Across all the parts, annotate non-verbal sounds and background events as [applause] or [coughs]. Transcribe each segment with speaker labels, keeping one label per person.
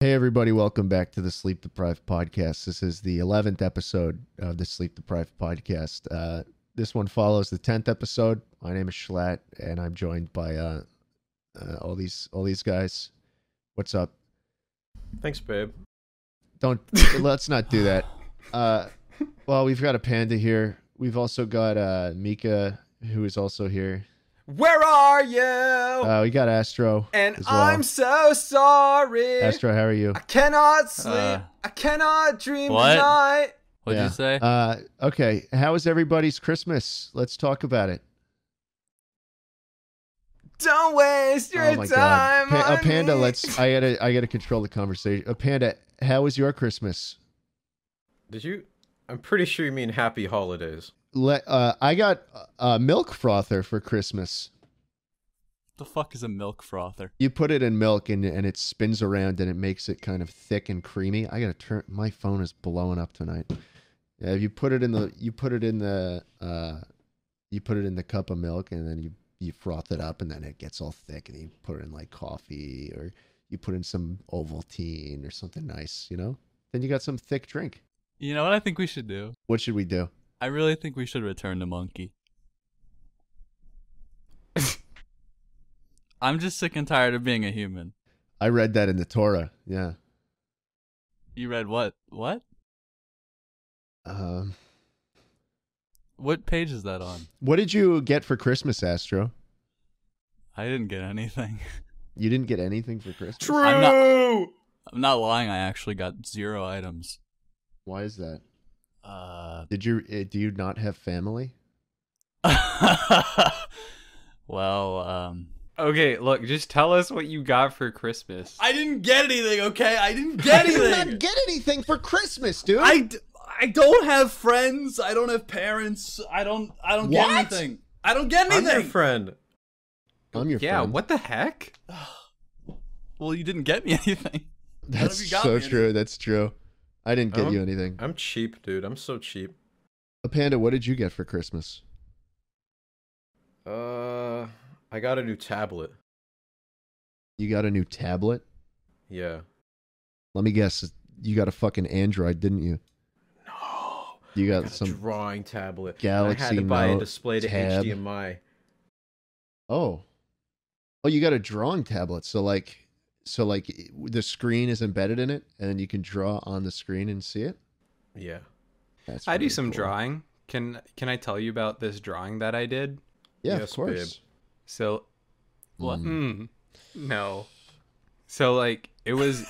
Speaker 1: Hey, everybody, welcome back to the Sleep Deprived Podcast. This is the 11th episode of the Sleep Deprived Podcast. Uh, this one follows the 10th episode. My name is Schlatt, and I'm joined by uh, uh, all these all these guys. What's up?
Speaker 2: Thanks, babe.
Speaker 1: Don't [laughs] let's not do that. Uh, well, we've got a panda here. We've also got uh, Mika, who is also here.
Speaker 2: Where are you?
Speaker 1: Uh, we got Astro.
Speaker 2: Oh. and
Speaker 1: as well.
Speaker 2: I'm so sorry.
Speaker 1: Astro, how are you?
Speaker 2: I cannot sleep.
Speaker 3: Uh,
Speaker 2: I cannot dream
Speaker 3: what?
Speaker 2: tonight.
Speaker 3: What'd
Speaker 1: Yeah.
Speaker 3: you say?
Speaker 1: Uh, okay, how was everybody's Christmas? Let's talk about it.
Speaker 2: Don't waste your
Speaker 1: Oh my God.
Speaker 2: time.
Speaker 1: Pa-
Speaker 2: on
Speaker 1: a panda.
Speaker 2: me.
Speaker 1: Let's. I gotta. I gotta control the conversation. A panda. How was your Christmas?
Speaker 2: Did you? I'm pretty sure you mean happy holidays.
Speaker 1: Let. Uh, I got a milk frother for Christmas.
Speaker 3: the fuck is a milk frother?
Speaker 1: You put it in milk and and it spins around and it makes it kind of thick and creamy. I gotta turn. My phone is blowing up tonight. Yeah, you put it in the. You put it in the. Uh, you put it in the cup of milk and then you you froth it up and then it gets all thick and you put it in like coffee or you put in some Ovaltine or something nice. You know. Then you got some thick drink.
Speaker 3: You know what I think we should do?
Speaker 1: What should we do?
Speaker 3: I really think we should return to [laughs] Monkey. I'm just sick and tired of being a human.
Speaker 1: I read that in the Torah. Yeah.
Speaker 3: You read what? What?
Speaker 1: Um,
Speaker 3: What page is that on?
Speaker 1: what did you get for Christmas, Astro?
Speaker 3: I didn't get anything. [laughs]
Speaker 1: You didn't get anything for Christmas.
Speaker 2: True.
Speaker 3: I'm not- I'm not lying, I actually got zero items.
Speaker 1: Why is that?
Speaker 3: Uh [laughs]
Speaker 1: Did you eh, do you not have family?
Speaker 3: Well, um
Speaker 4: Okay, look, just tell us what you got for Christmas.
Speaker 3: I didn't get anything, okay? I didn't [laughs] get
Speaker 1: You did not get anything for Christmas, dude.
Speaker 3: I, d- I don't have friends. I don't have parents. I don't I don't
Speaker 1: What?
Speaker 3: get anything. I don't get
Speaker 2: I'm your
Speaker 3: anything.
Speaker 2: friend.
Speaker 1: am your
Speaker 4: yeah,
Speaker 1: friend.
Speaker 4: what the heck?
Speaker 3: well, you didn't get me [laughs] anything. None of
Speaker 1: That's
Speaker 3: you got
Speaker 1: so
Speaker 3: me
Speaker 1: true. That's true. I didn't get
Speaker 2: Oh.
Speaker 1: you anything.
Speaker 2: I'm cheap, dude. I'm so cheap.
Speaker 1: A panda. What did you get for Christmas?
Speaker 2: Uh, I got a new tablet.
Speaker 1: You got a new tablet.
Speaker 2: Yeah.
Speaker 1: Let me guess. You got a fucking Android, didn't you?
Speaker 2: No.
Speaker 1: You got,
Speaker 2: Got a
Speaker 1: some.
Speaker 2: drawing tablet. I
Speaker 1: Galaxy
Speaker 2: had to buy
Speaker 1: Note
Speaker 2: a display to
Speaker 1: tab.
Speaker 2: HDMI.
Speaker 1: Oh. Oh, you got a drawing tablet. So like so like it- the screen is embedded in it and you can draw on the screen and see it.
Speaker 2: Yeah.
Speaker 1: That's
Speaker 4: I do
Speaker 1: really
Speaker 4: some
Speaker 1: cool.
Speaker 4: drawing. Can can I tell you about this drawing that I did?
Speaker 1: Yeah,
Speaker 2: Yes,
Speaker 1: of course.
Speaker 4: So,
Speaker 3: What?
Speaker 4: mm, no. So like it was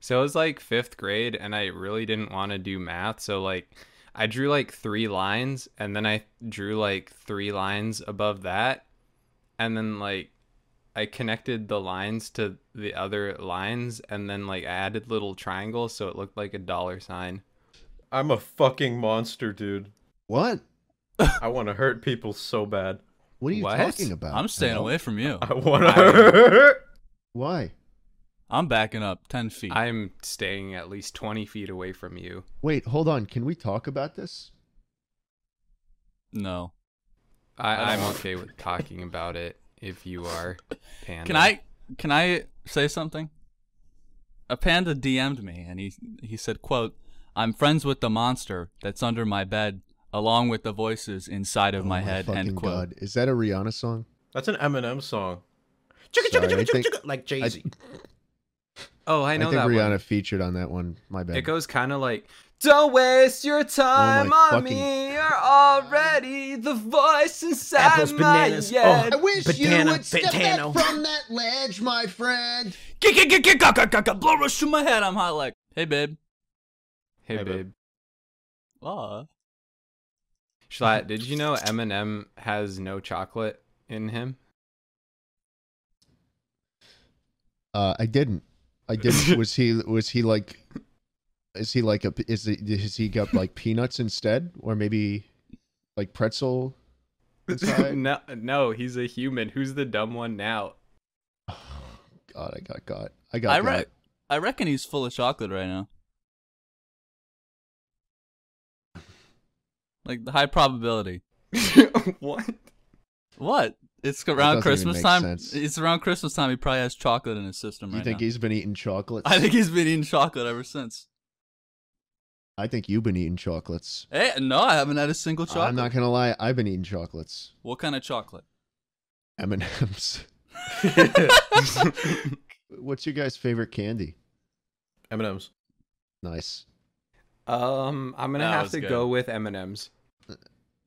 Speaker 4: So it was like 5th grade and I really didn't want to do math, so like I drew like 3 lines and then I drew like 3 lines above that and then like I connected the lines to the other lines and then like I added little triangles so it looked like a dollar sign.
Speaker 2: I'm a fucking monster, dude.
Speaker 1: What?
Speaker 2: I want to hurt people so bad.
Speaker 1: What are you
Speaker 4: What?
Speaker 1: talking about?
Speaker 3: I'm staying
Speaker 1: Hello?
Speaker 3: away from you.
Speaker 2: I want to
Speaker 4: I-
Speaker 2: hurt. [laughs]
Speaker 1: Why?
Speaker 3: I'm backing up ten feet.
Speaker 4: I'm staying at least 20 feet away from you.
Speaker 1: Wait, hold on. Can we talk about this?
Speaker 3: no.
Speaker 4: I, I'm okay with talking about it if you are, Panda.
Speaker 3: Can I? Can I say something? A panda DM'd me and he he said, "quote I'm friends with the monster that's under my bed, along with the voices inside of
Speaker 1: Oh
Speaker 3: my, head."
Speaker 1: fucking
Speaker 3: End quote.
Speaker 1: God. Is that a Rihanna song?
Speaker 2: That's an Eminem song.
Speaker 1: Sorry, I think-
Speaker 2: like
Speaker 1: I, I
Speaker 2: Jay Z.
Speaker 1: think
Speaker 4: Oh, I know that
Speaker 1: Rihanna
Speaker 4: one.
Speaker 1: featured on that one. My bad.
Speaker 4: It goes kind of like, "Don't waste your time on
Speaker 1: fucking-
Speaker 4: me. You're already the voice inside
Speaker 2: Apples,
Speaker 4: my
Speaker 2: bananas.
Speaker 4: head."
Speaker 2: Oh.
Speaker 1: wish
Speaker 2: Banana, banana.
Speaker 1: from that ledge, my friend.
Speaker 3: Kick, kick, kick, kick, kick, kick, kick, kick, Blow rush to my head. I'm hot like, hey babe.
Speaker 4: Hey,
Speaker 2: Hey, babe.
Speaker 4: babe.
Speaker 3: Aw.
Speaker 4: Schlatt, did you know Eminem has no chocolate in him?
Speaker 1: Uh, I didn't. I
Speaker 3: [laughs]
Speaker 1: didn't. was he? Was he like? Is he like a? Is he? Has he got like peanuts instead, or maybe like pretzel?
Speaker 4: [laughs]
Speaker 3: [laughs]
Speaker 1: inside?
Speaker 4: no, no, he's a human. Who's the dumb one now?
Speaker 1: God, I got got. I got.
Speaker 3: I
Speaker 1: got.
Speaker 3: re- I reckon he's full of chocolate right now. Like the high probability.
Speaker 4: [laughs] what?
Speaker 3: What? It's around
Speaker 1: doesn't even
Speaker 3: Christmas
Speaker 1: make
Speaker 3: time.
Speaker 1: sense.
Speaker 3: It's around Christmas time. He probably has chocolate in his system
Speaker 1: You
Speaker 3: right
Speaker 1: think
Speaker 3: now.
Speaker 1: he's been eating chocolates?
Speaker 3: [laughs] I think he's been eating chocolate ever since.
Speaker 1: I think you've been eating chocolates.
Speaker 3: Hey, Eh, no, I haven't had a single chocolate.
Speaker 1: I'm not gonna lie. I've been eating chocolates.
Speaker 3: What kind of chocolate?
Speaker 1: M and
Speaker 3: [laughs]
Speaker 1: M's. [laughs] What's your guys' favorite candy?
Speaker 2: M&M's.
Speaker 1: Nice.
Speaker 4: um, I'm gonna
Speaker 3: That
Speaker 4: have
Speaker 3: was
Speaker 4: to
Speaker 3: good.
Speaker 4: go with M and M's.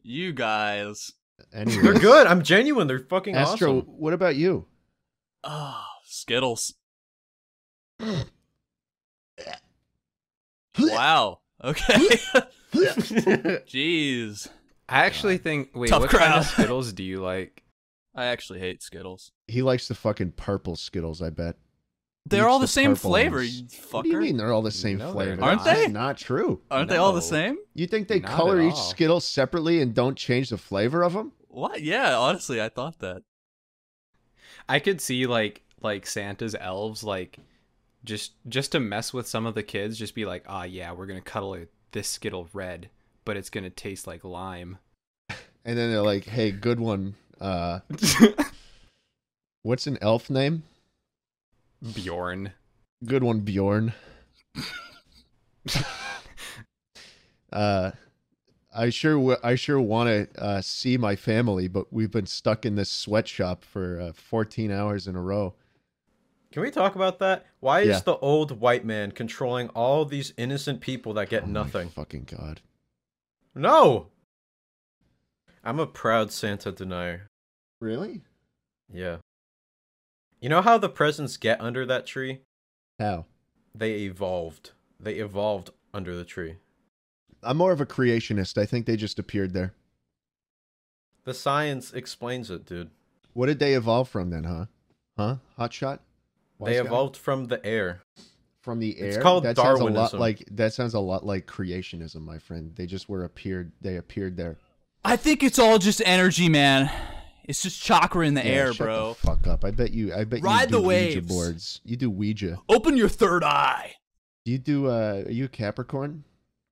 Speaker 3: You guys.
Speaker 1: Anyway,
Speaker 2: They're good. I'm genuine. They're fucking
Speaker 1: Astro,
Speaker 2: awesome.
Speaker 1: what about you?
Speaker 3: Ah, Skittles.
Speaker 1: [gasps]
Speaker 3: wow. Okay. [laughs] Jeez.
Speaker 4: I actually think. Wait,
Speaker 3: Tough
Speaker 4: what kind
Speaker 3: crowd.
Speaker 4: [laughs] of Skittles do you like?
Speaker 3: I actually hate Skittles.
Speaker 1: he likes the fucking purple Skittles. I bet.
Speaker 3: They're
Speaker 1: Eats
Speaker 3: all the,
Speaker 1: the
Speaker 3: same
Speaker 1: purple
Speaker 3: flavor,
Speaker 1: ones.
Speaker 3: you fucker.
Speaker 1: What do you mean they're all the same
Speaker 4: No, they're
Speaker 1: flavor?
Speaker 4: Aren't
Speaker 1: That's
Speaker 3: they?
Speaker 1: Not true.
Speaker 3: Aren't they all the
Speaker 4: No.
Speaker 3: same?
Speaker 1: You think they
Speaker 4: Not at
Speaker 1: color each
Speaker 4: all.
Speaker 1: Skittle separately and don't change the flavor of them?
Speaker 3: What? Yeah, honestly, I thought that.
Speaker 4: I could see like like Santa's elves like just just to mess with some of the kids, just be like, ah, yeah, we're gonna cuddle it- this Skittle red, but it's gonna taste
Speaker 1: [laughs]
Speaker 4: like lime.
Speaker 1: And then they're like, "Hey, good one. Uh, what's an elf name?
Speaker 4: Bjorn.
Speaker 1: Good one, Bjorn." uh, I sure, w- I sure want to uh, see my family, but we've been stuck in this sweatshop for uh, 14 hours in a row.
Speaker 2: Can we talk about that? Why is
Speaker 1: Yeah.
Speaker 2: the old white man controlling all these innocent people that get
Speaker 1: Oh my
Speaker 2: nothing?
Speaker 1: fucking god.
Speaker 2: No. I'm a proud Santa denier.
Speaker 1: Really?
Speaker 2: Yeah. You know how the presents get under that tree?
Speaker 1: How?
Speaker 2: They evolved. They evolved under the tree.
Speaker 1: I'm more of a creationist. I think they just appeared there.
Speaker 2: The science explains it, dude.
Speaker 1: What did they evolve from then, huh? Huh? Hot shot?
Speaker 2: they
Speaker 1: Wise guy?
Speaker 2: evolved from the air.
Speaker 1: from the air.
Speaker 2: It's called
Speaker 1: that Sounds a lot
Speaker 2: Darwinism.
Speaker 1: like that sounds a lot like creationism, my friend. They just were appeared. They appeared there.
Speaker 3: I think it's all just energy, man. It's just chakra in the
Speaker 1: Yeah,
Speaker 3: air,
Speaker 1: shut
Speaker 3: bro.
Speaker 1: The fuck up! I bet you. I bet
Speaker 3: Ride
Speaker 1: you do
Speaker 3: the
Speaker 1: Ouija
Speaker 3: waves.
Speaker 1: boards. You do Ouija.
Speaker 3: Open your third eye.
Speaker 1: Do you do? Uh, are you a Capricorn?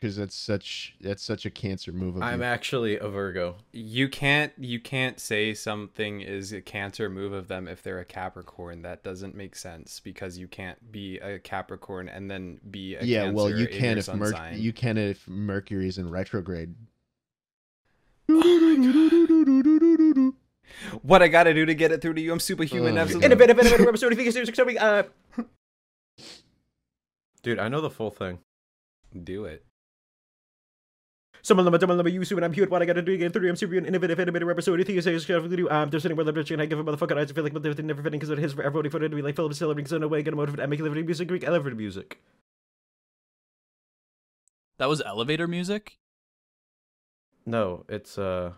Speaker 1: Because that's such that's such a Cancer move. Of
Speaker 2: I'm
Speaker 1: you.
Speaker 2: actually a Virgo.
Speaker 4: You can't you can't say something is a cancer move of them if they're a Capricorn. That doesn't make sense because you can't be a Capricorn and then be a
Speaker 1: yeah.
Speaker 4: Cancer
Speaker 1: Well, you
Speaker 4: in
Speaker 1: can
Speaker 4: your
Speaker 1: if
Speaker 4: sun
Speaker 1: Merc-
Speaker 4: sign.
Speaker 1: you [laughs] can if Mercury's in retrograde.
Speaker 4: What I gotta do to get it through to you? I'm superhuman.
Speaker 1: Oh,
Speaker 4: absolutely.
Speaker 1: God.
Speaker 2: Dude, I know the full thing.
Speaker 4: Do it.
Speaker 2: Someone love someone love you, and I'm here. What I gotta do to get through? I'm super innovative, innovative, rapper. So what do you think you say? Is gonna do? I'm just sitting where the bitch and I give a motherfucker. I feel like my thing never fitting because it is for everybody for it to be like Philip celebrating. So no way, gonna motivate. I make elevator music, Greek elevator music.
Speaker 3: That was elevator music?
Speaker 2: No, it's uh,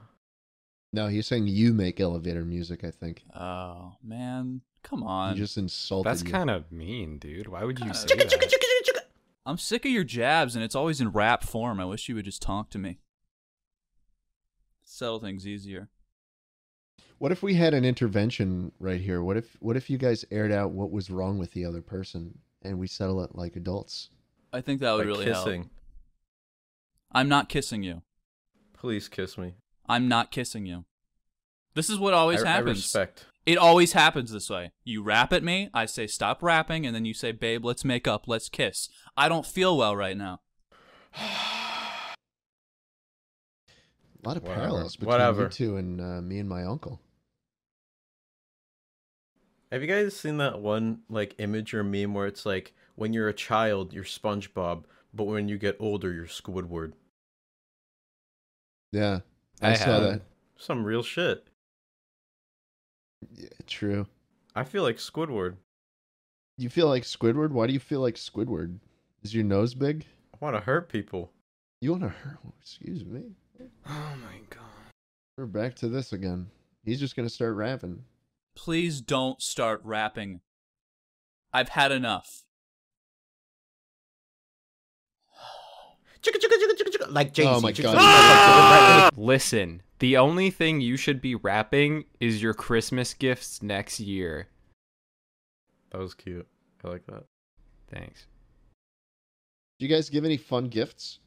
Speaker 1: No, he's saying you make elevator music. I think
Speaker 3: Oh, man. Come
Speaker 1: you
Speaker 3: on.
Speaker 1: just insulted.
Speaker 4: That's
Speaker 1: you.
Speaker 4: kind of mean, dude. Why would you
Speaker 3: Kinda-
Speaker 4: say
Speaker 3: [laughs] Chicka,
Speaker 4: that?
Speaker 3: I'm sick of your jabs, and it's always in rap form. I wish you would just talk to me. Settle things easier.
Speaker 1: What if we had an intervention right here? What if what if you guys aired out what was wrong with the other person and we settle it like adults?
Speaker 3: I think that would
Speaker 2: like
Speaker 3: really
Speaker 2: kissing.
Speaker 3: help. I'm not kissing you.
Speaker 2: Please kiss me.
Speaker 3: I'm not kissing you. This is what always
Speaker 2: I,
Speaker 3: happens.
Speaker 2: I respect.
Speaker 3: It always happens this way. You rap at me, I say stop rapping, and then you say, babe, let's make up, let's kiss. I don't feel well right now.
Speaker 1: A lot of
Speaker 2: Whatever.
Speaker 1: parallels between you
Speaker 2: Whatever.
Speaker 1: two and uh, me and my uncle.
Speaker 2: Have you guys seen that one like image or meme where it's like when you're a child, you're SpongeBob, but when you get older, you're Squidward?
Speaker 1: Yeah, I,
Speaker 4: I
Speaker 1: saw that.
Speaker 4: haven't.
Speaker 2: Some real shit.
Speaker 1: Yeah, true.
Speaker 2: I feel like Squidward.
Speaker 1: You feel like Squidward? Why do you feel like Squidward? Is your nose big?
Speaker 2: I want to hurt people.
Speaker 1: You want to hurt? Excuse me.
Speaker 4: Oh my god.
Speaker 1: We're back to this again. He's just gonna start rapping.
Speaker 3: Please don't start rapping. I've had enough.
Speaker 2: Chicka chicka chicka chicka chicka. Like Jay-Z.
Speaker 1: Oh my
Speaker 2: Chicka,
Speaker 1: God.
Speaker 2: chicka,
Speaker 4: Listen, the only thing you should be rapping is your Christmas gifts next year.
Speaker 2: chicka. That was cute. I like that.
Speaker 4: Thanks.
Speaker 1: Do you guys give any fun gifts?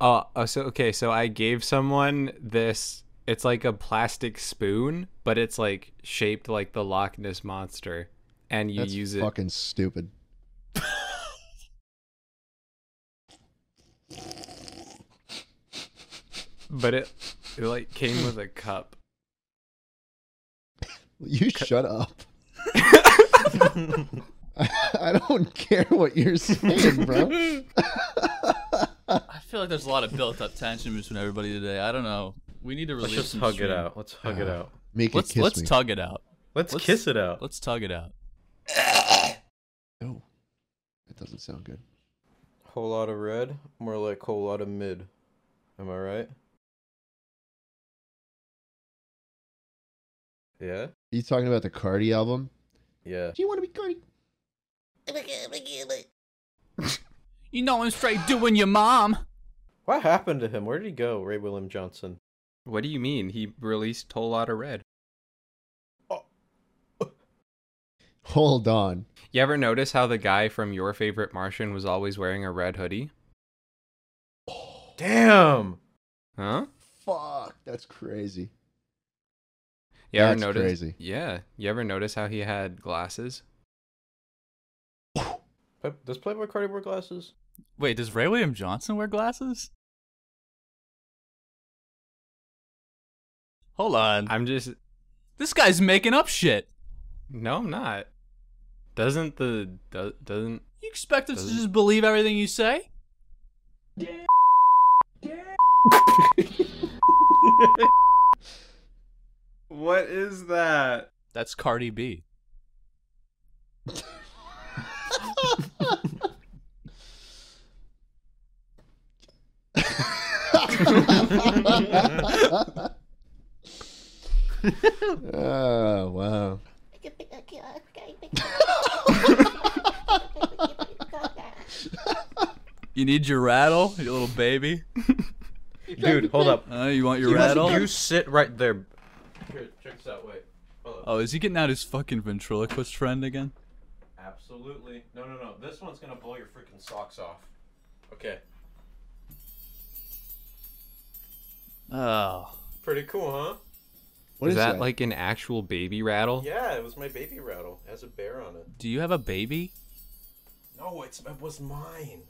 Speaker 4: Uh, uh so okay, so I gave someone this it's like a plastic spoon, but it's like shaped like the Loch Ness monster, and you
Speaker 1: That's
Speaker 4: use it.
Speaker 1: fucking stupid. [laughs]
Speaker 4: But it, it like came with a cup.
Speaker 1: You shut
Speaker 4: [laughs]
Speaker 1: up. [laughs] I don't care what you're saying,
Speaker 4: [laughs]
Speaker 1: bro.
Speaker 3: I feel like there's a lot
Speaker 2: [laughs]
Speaker 3: of built-up tension between everybody today. I don't know. We need to
Speaker 2: Let's
Speaker 3: release.
Speaker 2: just
Speaker 3: some
Speaker 2: hug
Speaker 3: stream.
Speaker 2: it out. Let's hug it out.
Speaker 1: Make
Speaker 3: Let's
Speaker 1: it kiss
Speaker 3: let's
Speaker 1: me.
Speaker 3: tug it out.
Speaker 2: Let's,
Speaker 3: let's-
Speaker 2: kiss it out.
Speaker 3: Let's tug it out.
Speaker 1: no, Oh, that doesn't sound good.
Speaker 5: Whole lot of red, more like whole lot of mid. Am I right? Yeah?
Speaker 1: Are you talking about the Cardi album?
Speaker 5: Yeah.
Speaker 1: Do you want to be Cardi?
Speaker 3: You know I'm straight doing your mom.
Speaker 5: What happened to him? Where did he go, Ray William Johnson?
Speaker 4: What do you mean? He released whole lot of red.
Speaker 1: Hold on.
Speaker 4: You ever notice how the guy from Your Favorite Martian was always wearing a red hoodie?
Speaker 5: Damn!
Speaker 4: Huh?
Speaker 1: Fuck, that's [laughs] crazy.
Speaker 4: You ever
Speaker 1: That's
Speaker 4: notice?
Speaker 1: crazy.
Speaker 4: Yeah. You ever notice how he had glasses?
Speaker 5: Play- Does Playboy Cardi wear glasses?
Speaker 3: Wait, does Ray William Johnson wear glasses? Hold on.
Speaker 4: I'm just
Speaker 3: This guy's making up shit.
Speaker 4: no, I'm not. Doesn't the do, doesn't
Speaker 3: You expect us to
Speaker 4: Doesn't-
Speaker 3: just believe everything you say?
Speaker 4: What is that?
Speaker 3: That's Cardi B.
Speaker 1: Oh wow.
Speaker 3: You need your rattle, you little baby.
Speaker 2: Dude, hold up.
Speaker 3: Uh, you want your
Speaker 2: You-
Speaker 3: rattle?
Speaker 2: You sit right there.
Speaker 5: [laughs] Here, check this out. Wait.
Speaker 3: Oh, is he getting out his fucking ventriloquist friend again?
Speaker 5: Absolutely. No, no, no. This one's gonna blow your freaking socks off. Okay.
Speaker 3: Oh.
Speaker 5: Pretty cool, huh?
Speaker 1: What
Speaker 4: is that, like an actual baby rattle?
Speaker 5: Yeah, it was my baby rattle. It has a bear on it.
Speaker 3: Do you have a baby?
Speaker 5: No, it's it was mine.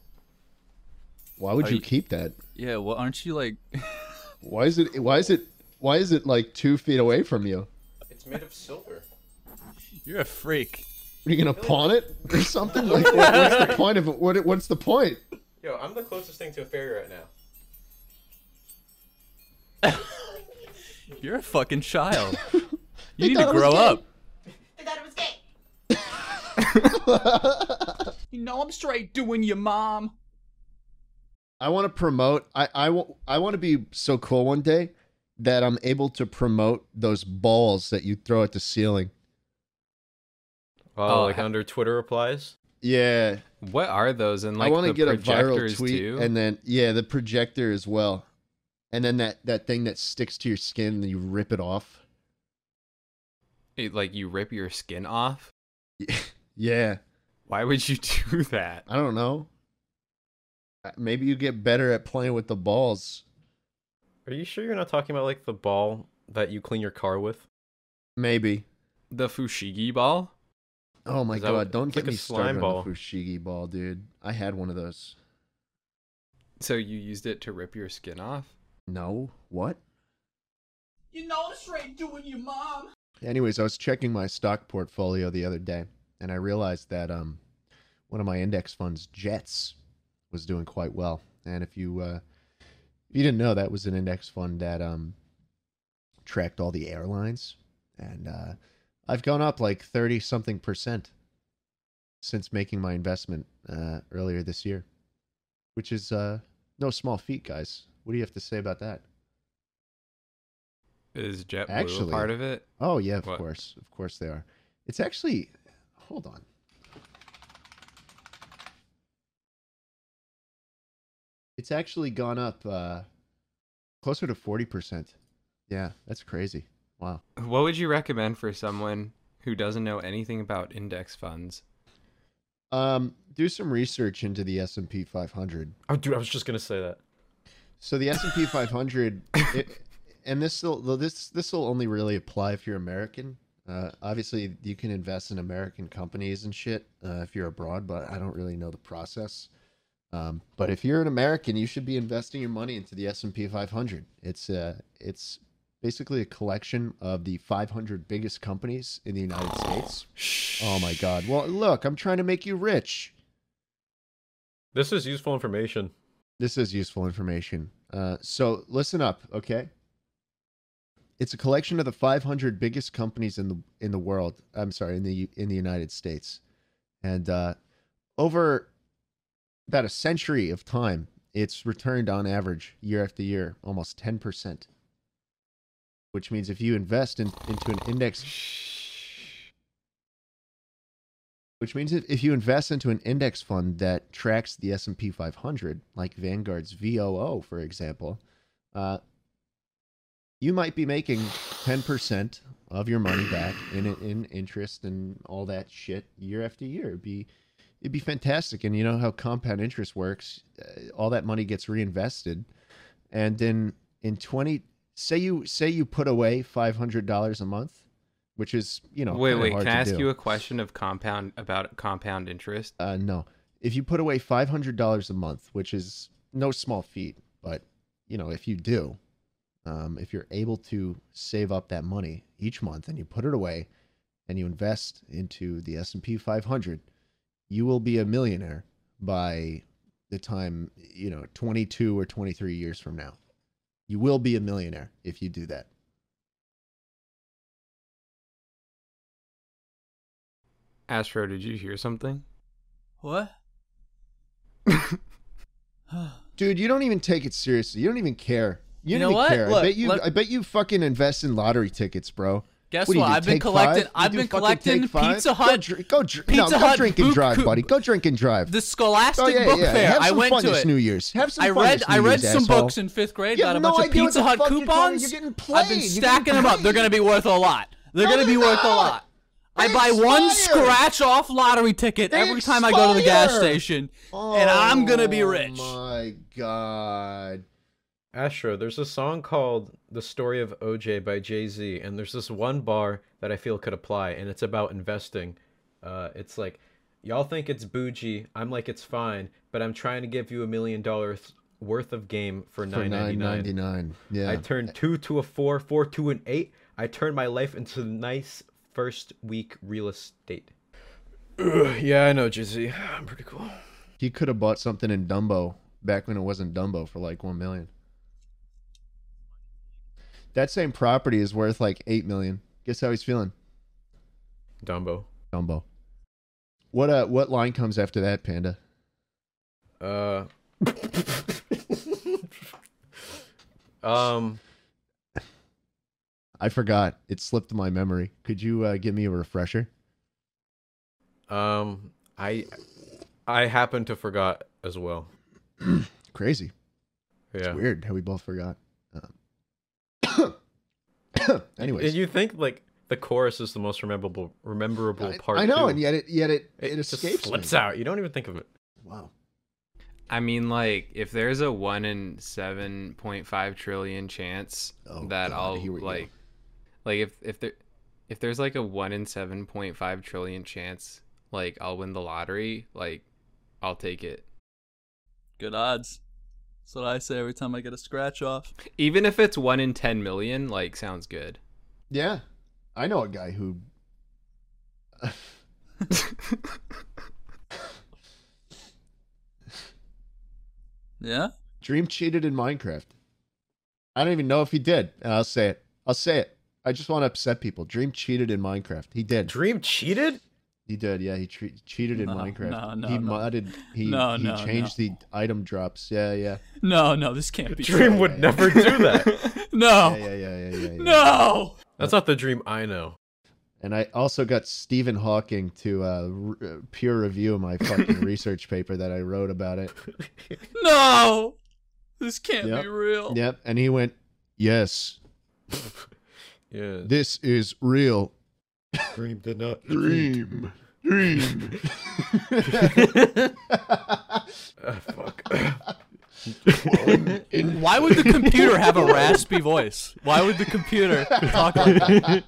Speaker 1: Why would
Speaker 3: Are
Speaker 1: you,
Speaker 3: you-
Speaker 1: keep that?
Speaker 3: Yeah, well, aren't you like. [laughs]
Speaker 1: Why is it? Why is it? Why is it like two feet away from you?
Speaker 5: It's made of silver.
Speaker 3: You're a freak.
Speaker 1: Are you gonna pawn it or something? Like, what, what's [laughs] the point of it? What, what's the point?
Speaker 5: Yo, I'm the closest thing to a fairy right now.
Speaker 3: You're a fucking [laughs] child. you need
Speaker 1: thought I was
Speaker 3: to grow
Speaker 1: gay.
Speaker 3: up.
Speaker 6: They thought it was gay.
Speaker 3: You know I'm straight doing your mom.
Speaker 1: I want to promote. I I wa- I want to be so cool one day that I'm able to promote those balls that you throw at the ceiling.
Speaker 5: Oh,
Speaker 4: Oh,
Speaker 5: like
Speaker 4: ha-
Speaker 5: under Twitter replies?
Speaker 1: Yeah,
Speaker 4: What are those? And
Speaker 1: I
Speaker 4: like
Speaker 1: want to
Speaker 4: the
Speaker 1: get a viral
Speaker 4: projectors
Speaker 1: tweet
Speaker 4: too.
Speaker 1: and then yeah, the projector as well, and then that that thing that sticks to your skin and you rip it off.
Speaker 4: It- like you rip your skin off.
Speaker 1: Yeah,
Speaker 4: Why would you [laughs] do that?
Speaker 1: I don't know. Uh, Maybe you get better at playing with the balls.
Speaker 5: Are you sure you're not talking about like the ball that you clean your car with?
Speaker 1: Maybe.
Speaker 4: The fushigi ball.
Speaker 1: Oh my
Speaker 5: Is that
Speaker 1: god!
Speaker 5: what-
Speaker 1: don't
Speaker 5: it's
Speaker 1: get
Speaker 5: like a
Speaker 1: me
Speaker 5: slime
Speaker 1: started
Speaker 5: ball.
Speaker 1: on the fushigi ball, dude. I had one of those.
Speaker 4: So you used it to rip your skin off.
Speaker 1: No, what?
Speaker 3: You know I'm straight doing your mom.
Speaker 1: Anyways, I was checking my stock portfolio the other day, and I realized that um, one of my index funds, Jets, was doing quite well. And if you uh, if you didn't know, that was an index fund that um, tracked all the airlines, and uh, I've gone up like thirty something percent since making my investment uh, earlier this year, which is uh, no small feat, guys. What do you have to say about that?
Speaker 4: Is JetBlue a
Speaker 1: Actually-
Speaker 4: part of it?
Speaker 1: Oh yeah, of
Speaker 4: What?
Speaker 1: course, of course they are. It's actually, hold on. It's actually gone up uh, closer to forty percent. Yeah, that's crazy. Wow.
Speaker 4: What would you recommend for someone who doesn't know anything about index funds?
Speaker 1: Um, do some research into the S and P five hundred.
Speaker 5: Oh, dude, I was just gonna say that.
Speaker 1: So the S and P 500, it, and this will this this will only really apply if you're American. Uh, obviously, you can invest in American companies and shit uh, if you're abroad, but I don't really know the process. Um, but if you're an American, you should be investing your money into the S and P 500. It's uh, it's basically a collection of the 500 biggest companies in the United States. Oh my God! Well, look, I'm trying to make you rich.
Speaker 2: This is useful information.
Speaker 1: This is useful information. Uh, so listen up, okay? It's a collection of the 500 biggest companies in the in the world. I'm sorry, in the in the United States, and uh, over about a century of time, it's returned on average year after year almost 10 percent. Which means if you invest in, into an index which means if, if you invest into an index fund that tracks the s&p 500 like vanguard's voo for example uh, you might be making 10% of your money back in, in interest and all that shit year after year it'd be, it'd be fantastic and you know how compound interest works uh, all that money gets reinvested and then in 20 say you say you put away $500 a month which is you know
Speaker 4: wait,
Speaker 1: kinda
Speaker 4: wait.
Speaker 1: hard
Speaker 4: Can I
Speaker 1: to
Speaker 4: ask
Speaker 1: do.
Speaker 4: you a question of compound about compound interest?
Speaker 1: Uh, no. If you put away five hundred dollars a month, which is no small feat, but you know if you do, um, if you're able to save up that money each month and you put it away, and you invest into the S and P 500, you will be a millionaire by the time you know 22 or 23 years from now. You will be a millionaire if you do that.
Speaker 4: Astro, did you hear something?
Speaker 3: What?
Speaker 1: Dude, you don't even take it seriously. You don't even care. You,
Speaker 3: You
Speaker 1: don't even
Speaker 3: know what?
Speaker 1: care. I
Speaker 3: Look,
Speaker 1: bet you.
Speaker 3: let-
Speaker 1: I bet you fucking invest in lottery tickets, bro.
Speaker 3: Guess
Speaker 1: do
Speaker 3: what?
Speaker 1: you do,
Speaker 3: I've been
Speaker 1: take
Speaker 3: collecting.
Speaker 1: five? You
Speaker 3: I've
Speaker 1: do
Speaker 3: been
Speaker 1: fucking
Speaker 3: collecting
Speaker 1: take five?
Speaker 3: Pizza
Speaker 1: Go
Speaker 3: Hut.
Speaker 1: drink, go, dr- no,
Speaker 3: Pizza
Speaker 1: go
Speaker 3: Hut
Speaker 1: drink and
Speaker 3: book-
Speaker 1: drive,
Speaker 3: cou-
Speaker 1: buddy. Go drink and drive.
Speaker 3: The Scholastic
Speaker 1: oh yeah,
Speaker 3: Book
Speaker 1: yeah.
Speaker 3: Fair.
Speaker 1: Have
Speaker 3: I
Speaker 1: some
Speaker 3: went
Speaker 1: fun
Speaker 3: to
Speaker 1: this
Speaker 3: it.
Speaker 1: New Year's. Have some
Speaker 3: I
Speaker 1: fun
Speaker 3: read
Speaker 1: this New
Speaker 3: I read
Speaker 1: Year's,
Speaker 3: some
Speaker 1: asshole.
Speaker 3: books in fifth grade.
Speaker 1: You
Speaker 3: got a
Speaker 1: have no
Speaker 3: bunch of
Speaker 1: idea what
Speaker 3: Pizza
Speaker 1: the
Speaker 3: Hut
Speaker 1: fuck you're doing.
Speaker 3: coupons.
Speaker 1: You're getting
Speaker 3: I've
Speaker 1: played.
Speaker 3: been
Speaker 1: You're
Speaker 3: stacking
Speaker 1: getting
Speaker 3: them up. They're gonna be worth a lot. They're
Speaker 1: No,
Speaker 3: gonna be
Speaker 1: they're
Speaker 3: worth a
Speaker 1: not.
Speaker 3: lot. I
Speaker 1: They
Speaker 3: buy one
Speaker 1: expire.
Speaker 3: scratch off lottery ticket
Speaker 1: They
Speaker 3: every time I go to the gas
Speaker 1: expire.
Speaker 3: station, and I'm gonna be
Speaker 1: Oh
Speaker 3: rich.
Speaker 1: my god.
Speaker 2: Astro, there's a song called The Story of OJ by Jay Z, and there's this one bar that I feel could apply, and it's about investing. Uh, it's like, y'all think it's bougie. I'm like, it's fine, but I'm trying to give you a million dollars worth of game for
Speaker 1: For
Speaker 2: nine ninety
Speaker 1: nine ninety
Speaker 2: nine.
Speaker 1: nine. Yeah.
Speaker 2: I turned two to a four, four to an eight. I turned my life into nice first week real estate. [clears throat] yeah, I know, Jay Z. I'm [sighs] pretty cool.
Speaker 1: he could have bought something in Dumbo back when it wasn't Dumbo for like one million. That same property is worth like eight million. Guess how he's feeling?
Speaker 2: Dumbo.
Speaker 1: Dumbo. What uh what line comes after that, Panda?
Speaker 2: Uh. [laughs] um.
Speaker 1: I forgot. It slipped my memory. Could you uh, give me a refresher?
Speaker 2: Um. I. I happen to forgot as well.
Speaker 1: Crazy.
Speaker 2: Yeah.
Speaker 1: It's weird how we both forgot. Um, [coughs] anyways,
Speaker 2: And you think like the chorus is the most memorable, rememberable
Speaker 1: I,
Speaker 2: part?
Speaker 1: I know,
Speaker 2: too.
Speaker 1: and yet it yet it it,
Speaker 2: it, just
Speaker 1: escapes
Speaker 2: slips
Speaker 1: me.
Speaker 2: out. You don't even think of it.
Speaker 1: Wow.
Speaker 4: I mean, like, if there's a one in seven point five trillion chance
Speaker 1: Oh,
Speaker 4: that
Speaker 1: God, here
Speaker 4: I'll
Speaker 1: we go.
Speaker 4: like, like if if there if there's like a one in seven point five trillion chance, like I'll win the lottery, like I'll take it,
Speaker 3: Good odds. That's what I say every time I get a scratch off.
Speaker 4: even if it's one in ten million. Like, sounds good.
Speaker 1: Yeah, I know a guy who.
Speaker 3: Yeah.
Speaker 1: Dream cheated in Minecraft. I don't even know if he did. And I'll say it. I'll say it. I just want to upset people. Dream cheated in Minecraft. He did.
Speaker 2: Dream cheated.
Speaker 1: He did. Yeah, he tre- cheated in
Speaker 3: No,
Speaker 1: Minecraft.
Speaker 3: no, no,
Speaker 1: he
Speaker 3: no.
Speaker 1: modded. He,
Speaker 3: No,
Speaker 1: he
Speaker 3: no,
Speaker 1: changed the item drops. Yeah, yeah.
Speaker 3: No, no, this can't be.
Speaker 2: Dream
Speaker 1: yeah,
Speaker 2: would
Speaker 1: yeah.
Speaker 2: never do [laughs] that.
Speaker 3: No.
Speaker 1: Yeah, yeah, yeah, yeah, yeah, yeah.
Speaker 3: Oh. No.
Speaker 2: That's not the dream I know.
Speaker 1: And I also got Stephen Hawking to uh, re- uh, peer review my
Speaker 3: [coughs]
Speaker 1: fucking research paper that I wrote about it.
Speaker 3: No. This can't
Speaker 1: Yep.
Speaker 3: be real.
Speaker 1: Yep. And he went, "Yes,
Speaker 2: Yeah.
Speaker 1: this is
Speaker 3: [laughs]
Speaker 1: real."
Speaker 2: Dream did not
Speaker 1: Dream. Dream. [laughs]
Speaker 2: Ah, fuck.
Speaker 1: in
Speaker 3: Why
Speaker 1: [laughs]
Speaker 3: would the computer have a raspy voice? Why would the computer talk like that?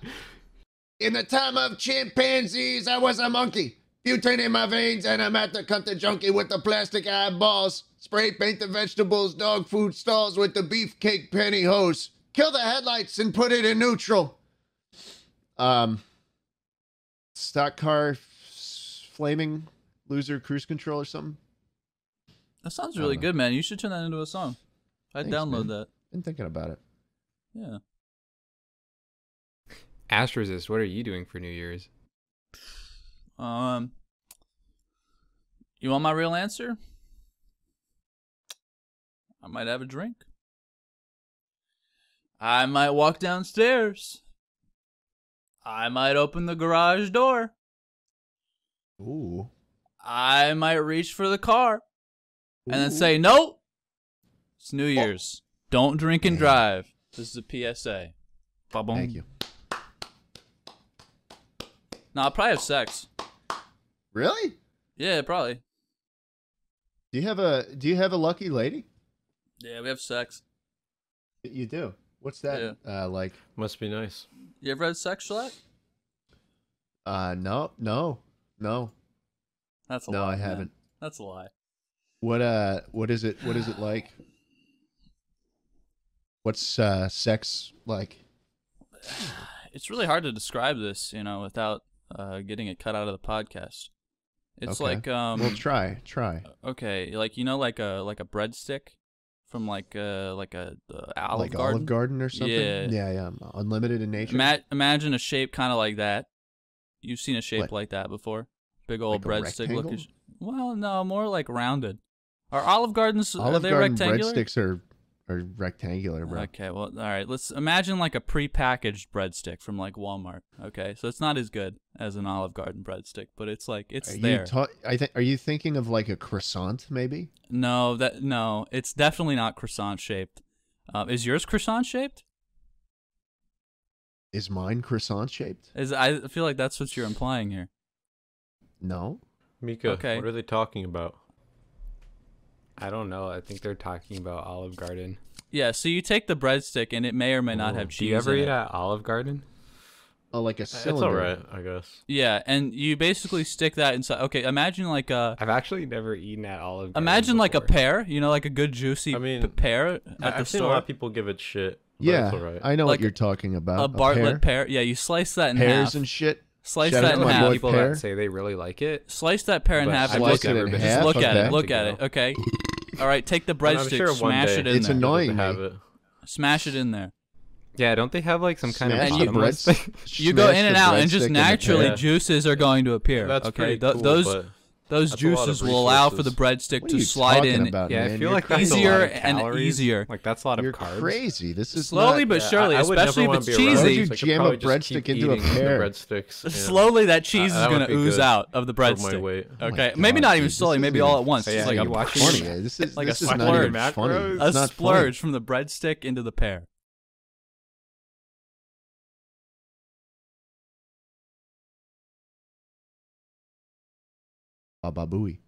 Speaker 1: In the time of chimpanzees, I was a monkey. Butane in my veins, and I'm at the cunt junkie with the plastic eyeballs. Spray paint the vegetables, dog food stalls with the beefcake pantyhose. Kill the headlights and put it in neutral. Um, stock car f- flaming loser cruise control or something.
Speaker 3: That sounds
Speaker 1: I
Speaker 3: really
Speaker 1: don't know.
Speaker 3: good, man. You should turn that into a song. I'd
Speaker 1: Thanks, man.
Speaker 3: download that.
Speaker 1: Been thinking about it.
Speaker 3: Yeah.
Speaker 4: Ash Resist, what are you doing for New Year's?
Speaker 3: Um. You want my real answer? I might have a drink. I might walk downstairs. I might open the garage door.
Speaker 1: Ooh.
Speaker 3: I might reach for the car and then say, "Nope, it's
Speaker 1: Oh.
Speaker 3: New Year's. Don't drink and
Speaker 1: Yeah.
Speaker 3: drive." This is a PSA. Ba-boom.
Speaker 1: Thank you.
Speaker 3: No, I'll probably have sex.
Speaker 1: Really?
Speaker 3: Yeah, probably.
Speaker 1: Do you have a Do you have a lucky lady?
Speaker 3: Yeah, we have sex.
Speaker 1: You do. What's that uh, like?
Speaker 6: Must be nice.
Speaker 3: You ever had sex, Shellac?
Speaker 1: Uh, no, no, no,
Speaker 3: That's a
Speaker 1: no.
Speaker 3: lie.
Speaker 1: I
Speaker 3: man.
Speaker 1: haven't.
Speaker 3: That's a lie.
Speaker 1: What uh what is it what is it like? What's uh sex like?
Speaker 3: It's really hard to describe this, you know, without uh, getting it cut out of the podcast. It's
Speaker 1: Okay.
Speaker 3: like um, [clears throat]
Speaker 1: well try, try.
Speaker 3: okay, like you know, like a like a breadstick from like uh like a uh, Olive
Speaker 1: like
Speaker 3: Garden.
Speaker 1: Olive Garden or something?
Speaker 3: Yeah.
Speaker 1: yeah. yeah. Unlimited in nature.
Speaker 3: Ima- imagine a shape kind of like that. You've seen a shape
Speaker 1: What?
Speaker 3: like that before. Big old
Speaker 1: Like a
Speaker 3: breadstick looking.
Speaker 1: rectangle?
Speaker 3: sh- Well, no, more like rounded. Are Olive Gardens are
Speaker 1: Olive
Speaker 3: they
Speaker 1: Garden
Speaker 3: rectangular?
Speaker 1: breadsticks are are rectangular, bro.
Speaker 3: Okay, well, all right. Let's imagine like a prepackaged breadstick from like Walmart. Okay, so it's not as good as an Olive Garden breadstick, but it's like it's
Speaker 1: are
Speaker 3: there.
Speaker 1: you ta- I think are you thinking of like a croissant maybe?
Speaker 3: no, that no, it's definitely not croissant shaped. Uh, is yours croissant shaped?
Speaker 1: Is mine croissant shaped?
Speaker 3: Is I feel like that's what you're implying here.
Speaker 1: No.
Speaker 6: Mika,
Speaker 3: Okay.
Speaker 6: what are they talking about?
Speaker 4: I don't know. I think they're talking about Olive Garden.
Speaker 3: Yeah. So you take the breadstick, and it may or may not
Speaker 4: Ooh,
Speaker 3: have cheese.
Speaker 4: Do you ever
Speaker 3: in
Speaker 4: eat
Speaker 3: it.
Speaker 4: at Olive Garden?
Speaker 1: Oh like a
Speaker 6: It's
Speaker 1: cylinder.
Speaker 6: all right, I guess.
Speaker 3: Yeah, and you basically stick that inside. Okay, imagine like a
Speaker 4: I've actually never eaten at Olive Garden.
Speaker 3: imagine like a
Speaker 4: before.
Speaker 3: pear. You know, like a good juicy
Speaker 6: I mean,
Speaker 3: p- pear at
Speaker 6: I-
Speaker 3: the
Speaker 6: I've seen a
Speaker 3: store.
Speaker 6: lot of people give it shit. But
Speaker 1: Yeah.
Speaker 6: it's all right.
Speaker 1: I know
Speaker 3: Like
Speaker 1: what you're talking about.
Speaker 3: a Bartlett
Speaker 1: pear,
Speaker 3: pear. Yeah, you slice that in
Speaker 1: pears
Speaker 3: half.
Speaker 1: and shit.
Speaker 3: Slice
Speaker 1: Shout
Speaker 3: that
Speaker 1: out
Speaker 3: in
Speaker 1: to my
Speaker 3: half.
Speaker 1: boy
Speaker 4: People
Speaker 1: Pear.
Speaker 4: that say they really like it.
Speaker 3: Slice that pear in
Speaker 4: But
Speaker 3: half.
Speaker 4: I've
Speaker 3: and
Speaker 1: Slice
Speaker 3: Look,
Speaker 4: just
Speaker 1: it in
Speaker 4: never been-
Speaker 1: half,
Speaker 3: just look at
Speaker 1: okay.
Speaker 3: it. Look at it. Okay. All right. Take the
Speaker 6: And I'm
Speaker 3: breadstick,
Speaker 6: sure one
Speaker 3: smash
Speaker 6: day-
Speaker 3: it in
Speaker 1: It's
Speaker 3: there.
Speaker 1: anno- Annoying,
Speaker 6: They'll Have
Speaker 1: man.
Speaker 6: it.
Speaker 3: smash it in there.
Speaker 4: Yeah, don't they have like some kind
Speaker 1: Smash
Speaker 4: of
Speaker 1: the
Speaker 4: bottomless
Speaker 1: bread- [laughs]
Speaker 4: thing? [laughs]
Speaker 3: You go
Speaker 1: smash
Speaker 3: in
Speaker 1: the
Speaker 3: and out, and
Speaker 1: breadstick
Speaker 3: just
Speaker 1: in the pear.
Speaker 3: naturally
Speaker 6: pear.
Speaker 3: juices are going to appear.
Speaker 6: That's
Speaker 3: okay.
Speaker 6: pretty
Speaker 3: Th-
Speaker 6: cool,
Speaker 3: those
Speaker 6: but
Speaker 3: those
Speaker 6: that's a lot of
Speaker 3: juices will allow for the breadstick
Speaker 1: What are
Speaker 3: to
Speaker 1: you
Speaker 3: slide
Speaker 1: talking
Speaker 3: in.
Speaker 1: about,
Speaker 4: Yeah,
Speaker 1: man?
Speaker 4: I feel
Speaker 1: You're
Speaker 4: like that's
Speaker 1: crazy.
Speaker 4: a lot
Speaker 3: Easier
Speaker 4: of
Speaker 3: and
Speaker 4: calories.
Speaker 3: easier.
Speaker 4: Like that's a lot of
Speaker 1: You're
Speaker 4: carbs.
Speaker 1: crazy. This is
Speaker 3: Slowly
Speaker 1: not-
Speaker 3: but
Speaker 6: Yeah,
Speaker 3: surely,
Speaker 6: I- I would never
Speaker 3: especially if
Speaker 6: wanna
Speaker 3: it's
Speaker 6: be around
Speaker 1: Why would
Speaker 3: cheesy.
Speaker 1: you
Speaker 6: these. I could
Speaker 1: jam a
Speaker 6: probably just keep
Speaker 1: breadstick into a
Speaker 6: eating the
Speaker 1: pear?
Speaker 6: breadsticks. and-
Speaker 3: [laughs] Slowly, that cheese
Speaker 6: Uh,
Speaker 3: is
Speaker 6: that would
Speaker 3: gonna
Speaker 6: be
Speaker 3: ooze
Speaker 6: good
Speaker 3: out of the
Speaker 6: for my
Speaker 3: breadstick.
Speaker 6: weight.
Speaker 1: Oh my
Speaker 3: okay,
Speaker 1: God,
Speaker 3: maybe not
Speaker 1: dude,
Speaker 3: even
Speaker 1: this
Speaker 3: slowly. Maybe
Speaker 1: isn't
Speaker 3: all
Speaker 1: even
Speaker 3: at once.
Speaker 4: Yeah,
Speaker 3: Just like
Speaker 4: you
Speaker 3: a,
Speaker 4: watch
Speaker 3: a
Speaker 1: funny.
Speaker 3: [laughs]
Speaker 1: This is
Speaker 3: Like a
Speaker 1: this is not even
Speaker 4: splurge.
Speaker 1: funny.
Speaker 4: Macros?
Speaker 1: It's not
Speaker 3: splurge
Speaker 1: funny.
Speaker 3: from the breadstick into the pear.
Speaker 1: Baba Booey.